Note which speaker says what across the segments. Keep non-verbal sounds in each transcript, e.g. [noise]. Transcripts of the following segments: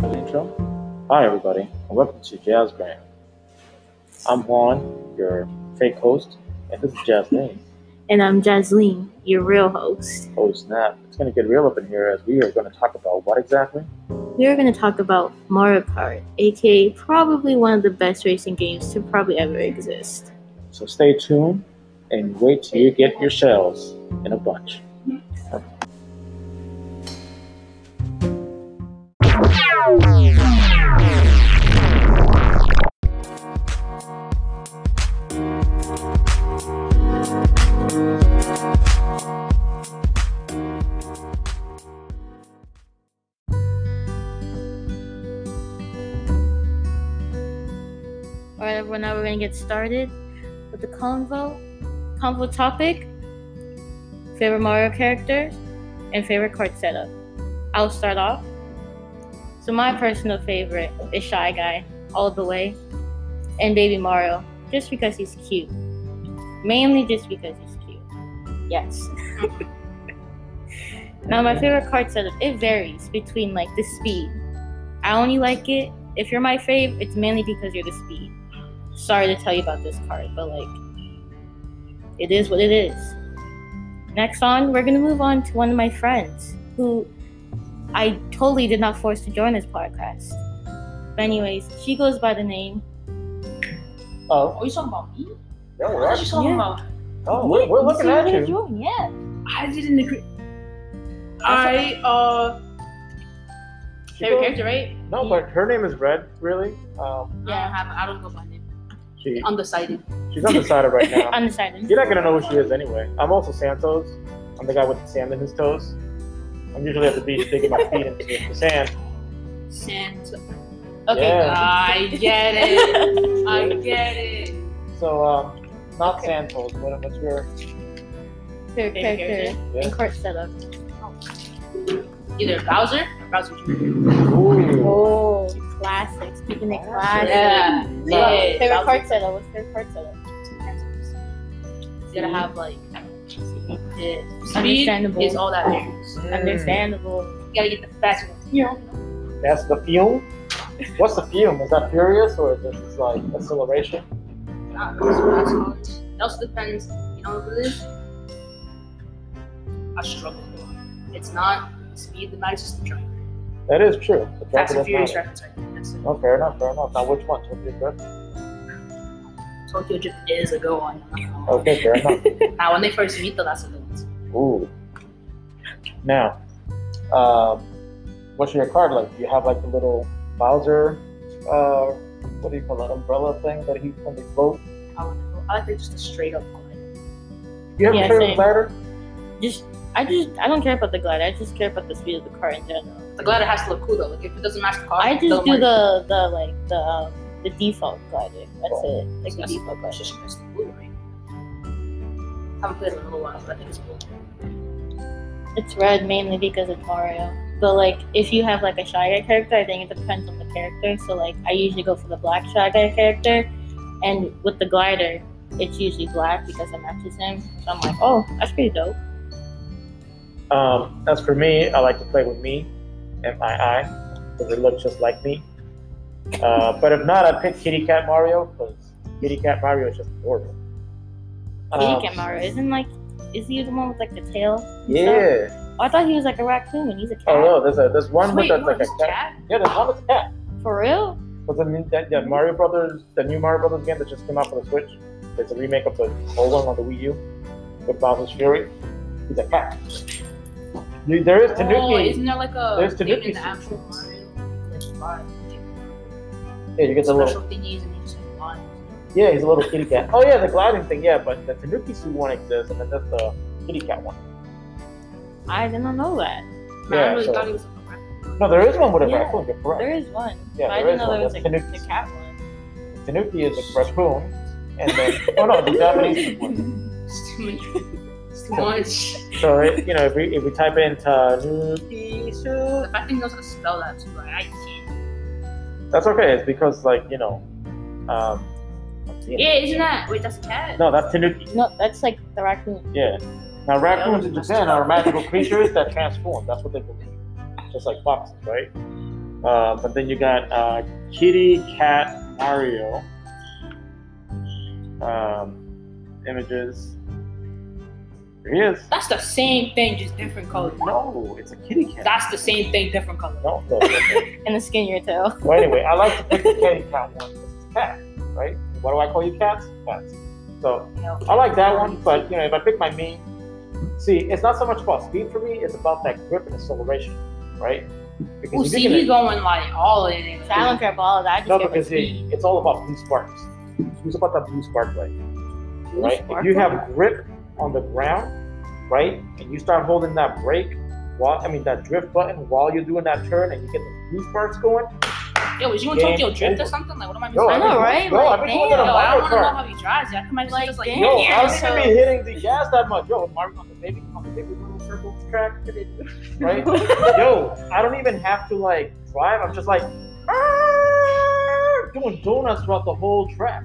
Speaker 1: Marshall. Hi, everybody, and welcome to Jazz Gram. I'm Juan, your fake host, and this is Jasmine.
Speaker 2: And I'm Jasleen, your real host.
Speaker 1: Oh, snap. It's going to get real up in here as we are going to talk about what exactly?
Speaker 2: We are going to talk about Mario Kart, aka probably one of the best racing games to probably ever exist.
Speaker 1: So stay tuned and wait till you get your shells in a bunch.
Speaker 2: All right, everyone, now we're going to get started with the convo, convo topic, favorite Mario characters, and favorite card setup. I'll start off. So my personal favorite is Shy Guy, all the way, and Baby Mario, just because he's cute. Mainly just because he's cute. Yes. [laughs] now my favorite card setup it varies between like the speed. I only like it if you're my fave. It's mainly because you're the speed. Sorry to tell you about this card, but like, it is what it is. Next on, we're gonna move on to one of my friends who I totally did not force to join this podcast. But anyways, she goes by the name.
Speaker 1: Oh,
Speaker 3: Are you talking about me?
Speaker 1: yeah,
Speaker 3: What are you talking
Speaker 2: Yeah.
Speaker 3: about?
Speaker 1: oh we're, we're looking
Speaker 2: So
Speaker 1: at
Speaker 2: what are
Speaker 1: you.
Speaker 2: doing? Yeah.
Speaker 3: I didn't agree. I uh favorite character, right?
Speaker 1: No, but her name is Red, really. Um,
Speaker 3: I don't have. I don't go by name.
Speaker 1: she,
Speaker 3: Undecided.
Speaker 1: she's undecided [laughs] right now.
Speaker 2: Undecided. [laughs]
Speaker 1: You're not gonna know who she is anyway. I'm also Santos. I'm the guy with the sand in his toes. I'm usually at the beach digging my feet into the sand.
Speaker 3: Santa.
Speaker 2: Okay.
Speaker 1: Yeah.
Speaker 3: uh, I get [laughs] it. I get it.
Speaker 1: So, um, not Santos. What, what's your?
Speaker 2: Favorite
Speaker 3: Favorite
Speaker 2: character
Speaker 1: Yeah.
Speaker 2: and court setup.
Speaker 3: Either Bowser or Bowser Jr.
Speaker 1: Ooh.
Speaker 2: Oh, classic. Speaking of classic.
Speaker 3: Yeah.
Speaker 2: Love it.
Speaker 3: Yeah.
Speaker 2: Favorite
Speaker 3: Bowser.
Speaker 2: card setup. What's favorite card setup?
Speaker 3: Gotta have like. I don't know. Yeah. Speed
Speaker 2: Understandable.
Speaker 3: is all that matters. You
Speaker 2: Understandable.
Speaker 3: gotta get the fast one. You know.
Speaker 1: That's the fume. What's the fume? Is that furious or is this just like acceleration?
Speaker 3: Not those fast cars. It also depends. You know what it is? I struggle. a lot. It's not speed that matters. It's the driver.
Speaker 1: That is true. The driver
Speaker 3: Fast and
Speaker 1: does
Speaker 3: Furious
Speaker 1: matter.
Speaker 3: reference right there. That's it.
Speaker 1: Oh, fair enough. Fair enough. Now, which one? Tokyo Drift?
Speaker 3: Tokyo Drift is a good one.
Speaker 1: Okay, fair enough.
Speaker 3: Now, when they first meet, though, that's a good one.
Speaker 1: Ooh. Now, um, what's your card like? Do you have like the little Bowser? Uh, what do you call that umbrella thing that he when they float?
Speaker 3: I would know. I like it just a straight up one.
Speaker 1: You have
Speaker 2: Yeah,
Speaker 1: a favorite
Speaker 2: same.
Speaker 1: ladder?
Speaker 2: Just, I just, I don't care about the glide. I just care about the speed of the car in general.
Speaker 3: The glider has to look cool, though. Like, if it doesn't match the car,
Speaker 2: I
Speaker 3: it
Speaker 2: just
Speaker 3: doesn't
Speaker 2: do
Speaker 3: work.
Speaker 2: the, the like the um, the default glider. That's it. Like
Speaker 3: It's
Speaker 2: the
Speaker 3: just-
Speaker 2: default
Speaker 3: it's
Speaker 2: glider.
Speaker 3: just it's the blue, right? Haven't played it in a little while, but I think it's cool.
Speaker 2: It's red mainly because it's Mario. But like if you have like a shy guy character, I think it depends on the character. So like I usually go for the black shy guy character, and with the glider, it's usually black because it matches him. So I'm like, oh, that's pretty dope.
Speaker 1: Um, as for me, I like to play with me, M I I, because it looks just like me. Uh, but if not, I pick Kitty Cat Mario because Kitty Cat Mario is just adorable. Um,
Speaker 2: Kitty Cat Mario isn't like, is he the one with like the tail? and stuff?
Speaker 1: Yeah.
Speaker 2: Oh, I thought he was like a raccoon and he's a cat.
Speaker 1: Oh no, there's a there's one with
Speaker 3: Wait,
Speaker 1: that's
Speaker 3: you
Speaker 1: like
Speaker 3: want
Speaker 1: a
Speaker 3: this
Speaker 1: cat. Yeah, there's one with a cat.
Speaker 2: For real?
Speaker 1: But the new- that, that Mario Brothers, the new Mario Brothers game that just came out for the Switch, it's a remake of the old one on the Wii U with Bowser's Fury. He's a cat. You- There is
Speaker 3: Oh,
Speaker 1: Tanuki.
Speaker 3: isn't there like a
Speaker 1: There's
Speaker 3: thing
Speaker 1: Tanuki
Speaker 3: in the
Speaker 1: suit.
Speaker 3: actual Mario? Like, bar thing?
Speaker 1: yeah, you get the little
Speaker 3: Special thingies and you just like, bar.
Speaker 1: Yeah, he's a little kitty cat. Oh yeah, the gliding thing. Yeah, but the Tanuki suit one exists, and then that's the kitty cat one.
Speaker 2: I did not know that.
Speaker 3: Man,
Speaker 1: Yeah,
Speaker 3: I really
Speaker 1: so-
Speaker 3: thought he was like a rat. [laughs]
Speaker 1: No, there is one with a
Speaker 2: Yeah,
Speaker 1: raccoon. You're correct.
Speaker 2: There is one.
Speaker 1: Yeah,
Speaker 2: I
Speaker 1: there
Speaker 2: didn't
Speaker 1: is
Speaker 2: know there
Speaker 1: one.
Speaker 2: was
Speaker 1: That's
Speaker 2: like
Speaker 1: Tanuki.
Speaker 2: the cat one.
Speaker 1: Tanuki is a raccoon, and then oh no, the Japanese one.
Speaker 3: It's too much. It's too much.
Speaker 1: So it, you know, if we if we type in Tanuki
Speaker 3: The
Speaker 1: suit,
Speaker 3: fact that he knows how to spell that too, like, I can't.
Speaker 1: that's okay. It's because like you know, um, let's see.
Speaker 3: Yeah, isn't that? Wait, that's a cat.
Speaker 1: no, that's Tanuki.
Speaker 2: No, that's like the raccoon.
Speaker 1: Yeah. Now raccoons
Speaker 3: Yeah,
Speaker 1: in
Speaker 3: that's
Speaker 1: Japan
Speaker 3: [laughs] tough.
Speaker 1: are magical creatures that transform. That's what they believe. Just like foxes, right? Uh, but then you got uh, Kitty Cat Mario um, images. There he is.
Speaker 3: That's the same thing, just different color.
Speaker 1: No, it's a kitty cat.
Speaker 3: That's the same thing, different color.
Speaker 1: no, no, no, no.
Speaker 2: and the skinnier
Speaker 1: [laughs]
Speaker 2: tail.
Speaker 1: Well, anyway, I like to pick the kitty cat one because it's a cat, right? What do I call you cats? Cats. So I like that one, but you know, if I pick my me, see, it's not so much about speed for me; it's about that grip and acceleration, right? Because
Speaker 3: Ooh,
Speaker 1: if
Speaker 3: see,
Speaker 1: you're
Speaker 3: he's
Speaker 1: gonna-
Speaker 3: going like all in it.
Speaker 2: So I don't care about all of that. I just
Speaker 1: no,
Speaker 2: care about
Speaker 1: because
Speaker 2: speed.
Speaker 1: it, it's all about blue sparks. It's about that blue spark light, right? If
Speaker 2: spark
Speaker 1: you have grip on the ground, right, and you start holding that brake. While, I mean that drift button while you're doing that turn and you get the blue sparks going.
Speaker 3: Yo, was you in
Speaker 1: Game
Speaker 3: Tokyo Drift
Speaker 1: over.
Speaker 3: or something? Like, what am I
Speaker 1: Yo,
Speaker 3: missing?
Speaker 2: I know,
Speaker 1: I've been-
Speaker 2: right?
Speaker 1: Yo,
Speaker 2: Like,
Speaker 1: I've been going to
Speaker 3: Yo,
Speaker 1: the
Speaker 2: damn.
Speaker 3: I
Speaker 1: Mario
Speaker 3: don't want to know
Speaker 1: Kart.
Speaker 3: how he drives. it. I can
Speaker 2: Like,
Speaker 3: imagine just like,
Speaker 2: damn.
Speaker 1: Yo,
Speaker 3: yeah,
Speaker 1: I
Speaker 3: so-
Speaker 1: shouldn't be hitting the gas that much. Yo, Mario on the baby on the baby little circle track, [laughs] right? Yo, I don't even have to like drive. I'm just like "Arr!" doing donuts throughout the whole track.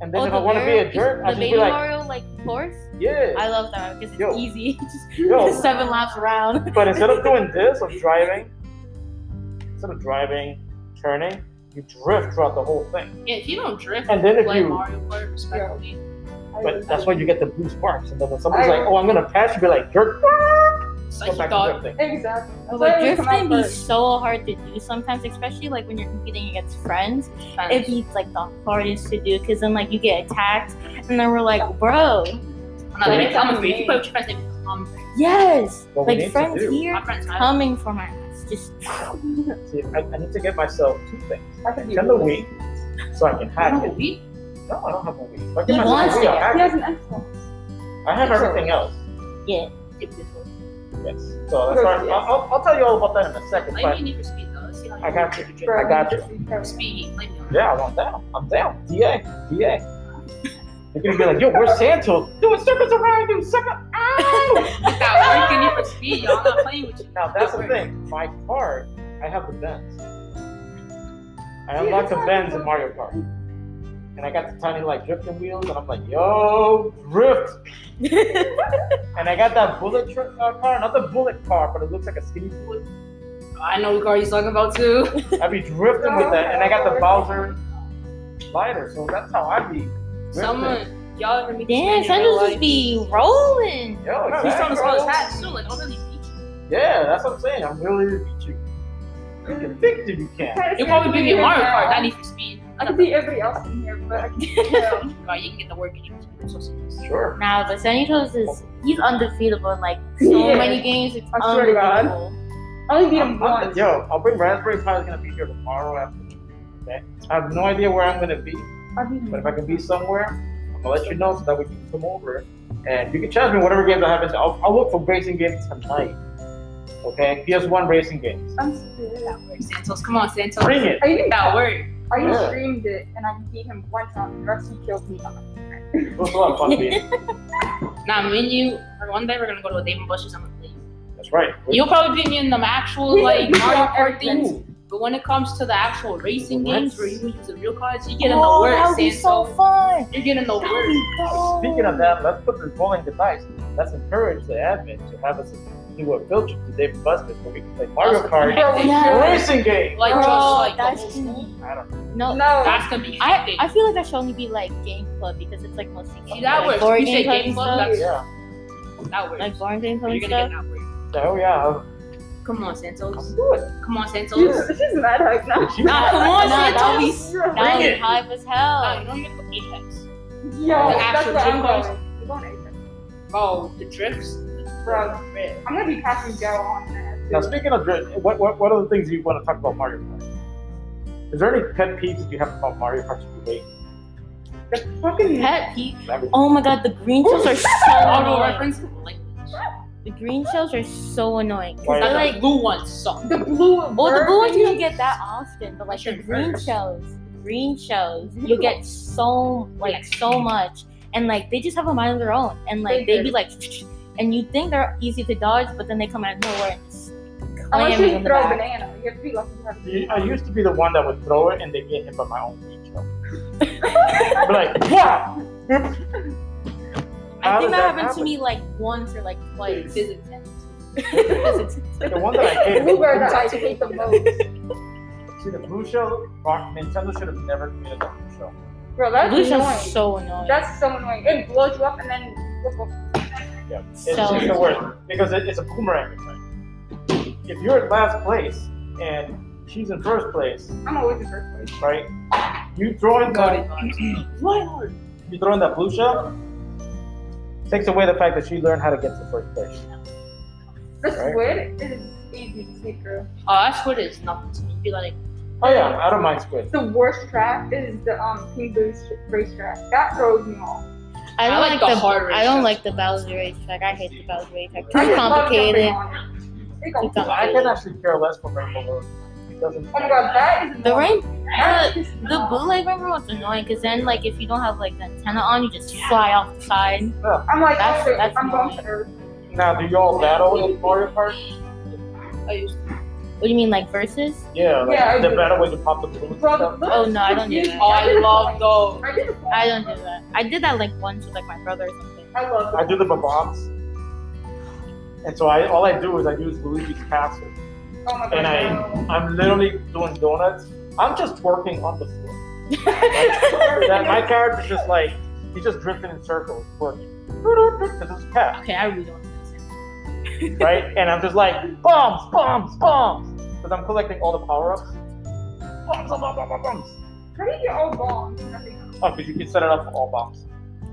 Speaker 1: And then
Speaker 2: [laughs] Oh,
Speaker 1: if
Speaker 2: the
Speaker 1: I want to be
Speaker 2: very-
Speaker 1: a jerk, I just
Speaker 2: the baby
Speaker 1: be like,
Speaker 2: Mario like course.
Speaker 1: yeah.
Speaker 2: I love that because it's
Speaker 1: Yo. Oh.
Speaker 2: easy. [laughs] Just
Speaker 1: Yo,
Speaker 2: seven laps around.
Speaker 1: but instead of doing this, of driving, instead of driving, turning, you drift throughout the whole thing.
Speaker 3: Yeah, if you don't drift,
Speaker 1: And then if
Speaker 3: play
Speaker 1: you-
Speaker 3: Mario Kart respectfully.
Speaker 1: But that's why you get the blue sparks. And then when somebody's like, oh, I'm gonna pass, you be like, jerk,
Speaker 3: It's like
Speaker 1: go
Speaker 3: he
Speaker 1: back
Speaker 3: thought
Speaker 1: to drifting.
Speaker 4: Exactly.
Speaker 2: Oh, But
Speaker 4: Sorry,
Speaker 2: drift can
Speaker 4: come
Speaker 2: be
Speaker 4: out first.
Speaker 2: so hard to do sometimes, especially like when you're competing against friends. It'd be like the hardest to do because then like you get attacked, and then we're like, bro,
Speaker 3: I'm not like,
Speaker 4: Yeah.
Speaker 3: I'm a free. If you play with your friends, they become friends.
Speaker 2: yes,
Speaker 1: What we need
Speaker 2: like
Speaker 1: to
Speaker 2: friends
Speaker 1: do-
Speaker 3: My
Speaker 2: here
Speaker 3: friends, I
Speaker 2: coming for my ass.
Speaker 1: [laughs]
Speaker 2: Just [laughs]
Speaker 1: See, I, I need to get myself two things.
Speaker 4: I could be
Speaker 1: Nintendo
Speaker 4: rude.
Speaker 1: Wii, so I can hack
Speaker 3: have a
Speaker 1: it.
Speaker 3: week.
Speaker 1: No, I don't have a Wii. So I
Speaker 2: He
Speaker 1: can have a
Speaker 2: wants
Speaker 1: Wii,
Speaker 2: it.
Speaker 1: I'll hack
Speaker 4: He
Speaker 1: it.
Speaker 4: has an Xbox.
Speaker 1: I have everything else.
Speaker 2: yeah,
Speaker 1: Yes. So that's why- I'll, I'll, I'll tell you all about that in a second.
Speaker 3: Play
Speaker 1: But
Speaker 3: me Need for Speed though. Let's see how
Speaker 1: I got
Speaker 3: do.
Speaker 1: you. I got you.
Speaker 3: Speed, play me.
Speaker 1: Yeah, I want down. I'm down. DA. DA. You're gonna be like, yo, where's Santos? Doing circles around you, sucker. Ow!
Speaker 3: Get that work in Need for Speed, y'all. I'm not playing with you.
Speaker 1: now, that's the thing. My card, I have the Benz. I unlocked the Benz in Mario Kart. And I got the tiny, like, drifting wheels, and I'm like, yo, drift. And I got that bullet tr- uh, car, not the bullet car, but it looks like a skinny bullet.
Speaker 3: I know what car he's talking
Speaker 1: [laughs]
Speaker 3: about too.
Speaker 1: I'd be drifting with that, and I got the Bowser lighter, so that's how I'd be. Drifting.
Speaker 3: Someone, y'all ever meet this man
Speaker 2: damn,
Speaker 3: in real
Speaker 2: Sandra's just
Speaker 3: life?
Speaker 2: be rolling.
Speaker 1: Yo,
Speaker 3: Bro,
Speaker 1: exactly.
Speaker 3: He's trying to sell his hat too. Like, I'm really beat you.
Speaker 1: Yeah, that's what I'm saying. I'm really beat you. You can think that you can.
Speaker 3: You'll probably beat me in Mario Kart, not Need for Speed.
Speaker 4: I
Speaker 3: [laughs]
Speaker 4: could be everybody else in here, but I can't. yeah.
Speaker 3: Right, you can get the work in Need for Speed. I'm so serious.
Speaker 1: Sure.
Speaker 2: Nah, but Sanito's is he's undefeatable in like so
Speaker 4: He is.
Speaker 2: many games. It's
Speaker 4: I swear to God.
Speaker 2: unbelievable.
Speaker 4: I only beat
Speaker 1: I'm-
Speaker 4: him
Speaker 1: I'm-
Speaker 4: once.
Speaker 1: yo, I'll bring Raspberry Pi. is gonna be here tomorrow after. Okay. I have no idea where I'm gonna be,
Speaker 4: I beat him.
Speaker 1: but if I can be somewhere, I'm gonna let you know so that we can come over and you can challenge me whatever games I have. in- I'll, I'll look for racing games tonight. Okay, PS1 racing games.
Speaker 4: I'm scared.
Speaker 3: That work, Santos. Come on, Santos.
Speaker 1: Bring it.
Speaker 4: I even,
Speaker 3: That work.
Speaker 4: I even
Speaker 1: Yeah.
Speaker 4: streamed it and I beat him one time. The rest he killed me. on.
Speaker 1: It was a lot of fun being
Speaker 3: Nah, me and you, one day we're gonna go to a Dave and Buster's. I'm gonna play you.
Speaker 1: That's
Speaker 3: [laughs]
Speaker 1: right.
Speaker 3: You'll probably beat me in the actual
Speaker 4: We-
Speaker 3: like
Speaker 4: we
Speaker 3: Mario
Speaker 4: got
Speaker 3: Kart
Speaker 4: everything.
Speaker 3: things, but when it comes to the actual racing
Speaker 1: What?
Speaker 3: games where you use the real cards, you get in the
Speaker 2: oh,
Speaker 3: work,
Speaker 2: that would be
Speaker 3: Santos.
Speaker 2: so fun.
Speaker 3: You're getting the
Speaker 2: That would
Speaker 3: work.
Speaker 2: be dope.
Speaker 1: Speaking of that, let's put this rolling device. Let's encourage the admin to have us do a field trip to Dave and Buster's where we can play Mario
Speaker 3: Awesome.
Speaker 1: Kart
Speaker 4: Bro, we
Speaker 2: Yeah.
Speaker 4: killed him.
Speaker 1: racing game.
Speaker 3: Like
Speaker 2: Bro,
Speaker 3: just like the
Speaker 2: that's
Speaker 3: whole
Speaker 2: gonna
Speaker 3: school.
Speaker 1: I don't know.
Speaker 2: no,
Speaker 4: [laughs] No.
Speaker 3: That's gonna be
Speaker 2: I,
Speaker 3: epic.
Speaker 2: I feel like that should only be like game club because it's like mostly
Speaker 3: See, that
Speaker 2: like,
Speaker 3: works.
Speaker 2: board
Speaker 3: You say
Speaker 2: club
Speaker 3: game
Speaker 2: and
Speaker 3: club,
Speaker 2: stuff.
Speaker 3: that's-
Speaker 1: Yeah.
Speaker 3: that works.
Speaker 2: like board game club
Speaker 3: You're
Speaker 2: and
Speaker 3: gonna
Speaker 2: stuff.
Speaker 3: get that work.
Speaker 1: Oh yeah.
Speaker 3: Come on, Santos.
Speaker 1: Let's do it.
Speaker 3: Come on, Santos.
Speaker 4: Jesus, this is mad hype now.
Speaker 2: [laughs]
Speaker 3: Nah, come on,
Speaker 2: Nah, that'll be
Speaker 3: Santos.
Speaker 2: That would
Speaker 1: Bring
Speaker 2: be
Speaker 1: it.
Speaker 2: hype as
Speaker 3: Nah, you
Speaker 2: hell.
Speaker 3: don't even put Apex.
Speaker 4: Yo,
Speaker 3: The
Speaker 4: that's
Speaker 3: actual
Speaker 4: where I'm
Speaker 3: gym boss.
Speaker 4: going. We're going to Apex.
Speaker 3: Bro, the drifts.
Speaker 4: Bro, I'm gonna be passing Joe on that.
Speaker 1: Now speaking of drift, what what what are the things you want to talk about Mario Kart? Is there any pet peeves that you have about Mario Kart to debate?
Speaker 4: The fucking
Speaker 2: Pet peeve.
Speaker 1: Everything.
Speaker 2: Oh my god, the green shells are so
Speaker 3: Auto
Speaker 2: annoying.
Speaker 3: reference. Like,
Speaker 2: The green shells are so annoying. 'Cause
Speaker 1: Why
Speaker 2: they're
Speaker 1: not?
Speaker 3: like
Speaker 2: like,
Speaker 3: the blue ones suck.
Speaker 4: The blue and
Speaker 2: well, the
Speaker 4: bird
Speaker 2: blue ones you don't
Speaker 4: thingy.
Speaker 2: get that often, but like the
Speaker 3: Should
Speaker 2: green
Speaker 3: reverse.
Speaker 2: shells, green shells, you [laughs] get so like so much, and like they just have a mind of their own, and like
Speaker 4: They
Speaker 2: they be
Speaker 4: do.
Speaker 2: like, [laughs] and you think they're easy to dodge, but then they come out of nowhere and just
Speaker 4: Unless
Speaker 2: clam you
Speaker 4: you
Speaker 2: in the
Speaker 4: throw a
Speaker 2: back.
Speaker 4: banana, you have to be lucky to have a
Speaker 1: You-
Speaker 4: banana.
Speaker 1: I used to be the one that would throw it and they get hit by my own beach.
Speaker 2: [laughs]
Speaker 1: Be like, wow.
Speaker 2: I
Speaker 1: How
Speaker 2: think
Speaker 1: did
Speaker 2: that,
Speaker 1: that
Speaker 2: happened
Speaker 1: happen?
Speaker 2: to me like once or like twice. [laughs]
Speaker 3: Physics.
Speaker 1: The one that I
Speaker 4: The [laughs]
Speaker 1: hated.
Speaker 4: blue bird that I hate the most.
Speaker 1: See, the Blue Shell, Mar- Nintendo should have never created the Blue Shell.
Speaker 4: Bro, that's
Speaker 2: Blue
Speaker 4: annoying.
Speaker 2: Shell's so annoying.
Speaker 4: That's so annoying. It blows you up and then.
Speaker 1: Yeah, it's, it's
Speaker 2: So-
Speaker 1: the worst because it, it's a boomerang effect. If you're in last place and she's in first place,
Speaker 4: I'm always in first place.
Speaker 1: right? You throw in
Speaker 3: Goaty
Speaker 1: that,
Speaker 3: vibes.
Speaker 1: [clears throat] you throw in that blue shell, takes away the fact that she learned how to get to first place.
Speaker 4: The
Speaker 1: Right.
Speaker 4: squid is easy to see through.
Speaker 3: Oh, that's what it is. Nothing to me. Be like,
Speaker 1: Oh yeah, I don't mind squid.
Speaker 4: The worst track is the um King Boo's race track. That throws me off.
Speaker 2: I don't
Speaker 3: I like
Speaker 2: like
Speaker 3: the
Speaker 2: the,
Speaker 3: hard
Speaker 2: I don't
Speaker 3: race.
Speaker 2: like the Bowser race track. I hate the Bowser race track.
Speaker 4: I
Speaker 2: Too
Speaker 4: just love
Speaker 2: complicated.
Speaker 4: jumping on it. Too
Speaker 2: Too
Speaker 4: complicated.
Speaker 1: I can actually care less for Rainbow Road. It doesn't.
Speaker 4: Oh my god, that is
Speaker 2: The
Speaker 4: annoying.
Speaker 2: rain,
Speaker 4: That
Speaker 2: the,
Speaker 4: is
Speaker 2: the
Speaker 4: annoying.
Speaker 2: bootleg rainbow was annoying because then like if you don't have like the antenna on, you just fly off the side.
Speaker 4: I'm like,
Speaker 2: That's-
Speaker 4: okay,
Speaker 2: that's
Speaker 4: I'm going
Speaker 2: annoying.
Speaker 4: to Earth.
Speaker 1: Now, do you all battle in Mario Kart?
Speaker 3: I used
Speaker 2: What do you mean like versus?
Speaker 1: Yeah, like
Speaker 4: Yeah, I
Speaker 1: the
Speaker 4: do.
Speaker 1: battle when you pop the balloons. and
Speaker 4: Bro, the
Speaker 1: stuff.
Speaker 4: look
Speaker 2: Oh, no, I don't do
Speaker 4: confused.
Speaker 2: that.
Speaker 3: Oh, I
Speaker 4: did it
Speaker 3: love
Speaker 4: twice.
Speaker 3: those.
Speaker 4: I did it twice.
Speaker 2: I don't do that. I did that like once with like my brother or something.
Speaker 4: I love
Speaker 1: I
Speaker 4: it.
Speaker 1: do the bombs, and so I all I do is I use Luigi's Castle.
Speaker 4: Oh my god.
Speaker 1: and I-
Speaker 4: no.
Speaker 1: I'm literally doing donuts. I'm just twerking on the floor. Like, [laughs] that, my character's just like he's just drifting in circles, twerking. This is cat,
Speaker 2: Okay, I really don't understand.
Speaker 1: right? And I'm just like bombs, bombs, bombs, because I'm collecting all the power ups. Bombs, bombs, bombs, bombs, bombs.
Speaker 4: How do you get all bombs? and nothing else?
Speaker 1: Oh, because you can set it up for all bombs.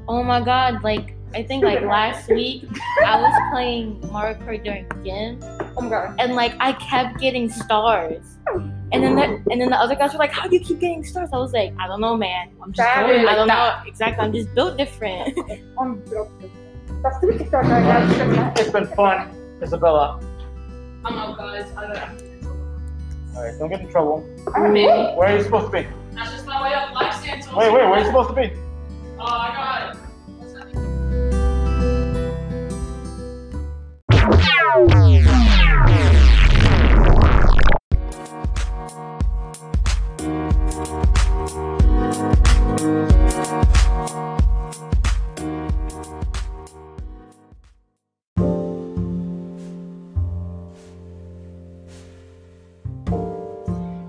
Speaker 2: Oh my god, like I think like
Speaker 4: [laughs]
Speaker 2: last week I was playing Mario Kart during gym
Speaker 4: Oh my god.
Speaker 2: and like I kept getting stars. And then the, and then the other guys were like, "How do you keep getting stars?" I was like, "I don't know, man. I'm just
Speaker 4: That
Speaker 2: built-
Speaker 4: is
Speaker 2: I don't
Speaker 3: that.
Speaker 2: know exactly. I'm just built different."
Speaker 4: I'm broken. That's the TikTok I got. so much.
Speaker 1: It's been fun, Isabella.
Speaker 3: I'm out, guys. I gotta.
Speaker 1: All right, don't get in trouble.
Speaker 4: I don't
Speaker 3: Maybe.
Speaker 4: know.
Speaker 1: Where are you supposed to be?
Speaker 3: That's just my way up. Life stands.
Speaker 1: Wait, wait, where are you supposed to be?
Speaker 3: Oh, I got it. What's that?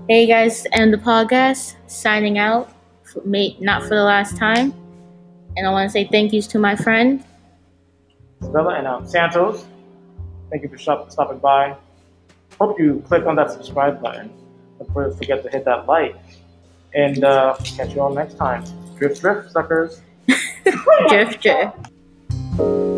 Speaker 2: hey guys, end the podcast. Signing out, for, may, not for the last time. And I want to say thank yous to my friend.
Speaker 1: Isabella and um, Santos. Thank you for shop- stopping by. Hope you click on that subscribe button. Don't for- forget to hit that like. And uh, catch you all next time. Drift, drift, suckers.
Speaker 2: Drift, drift.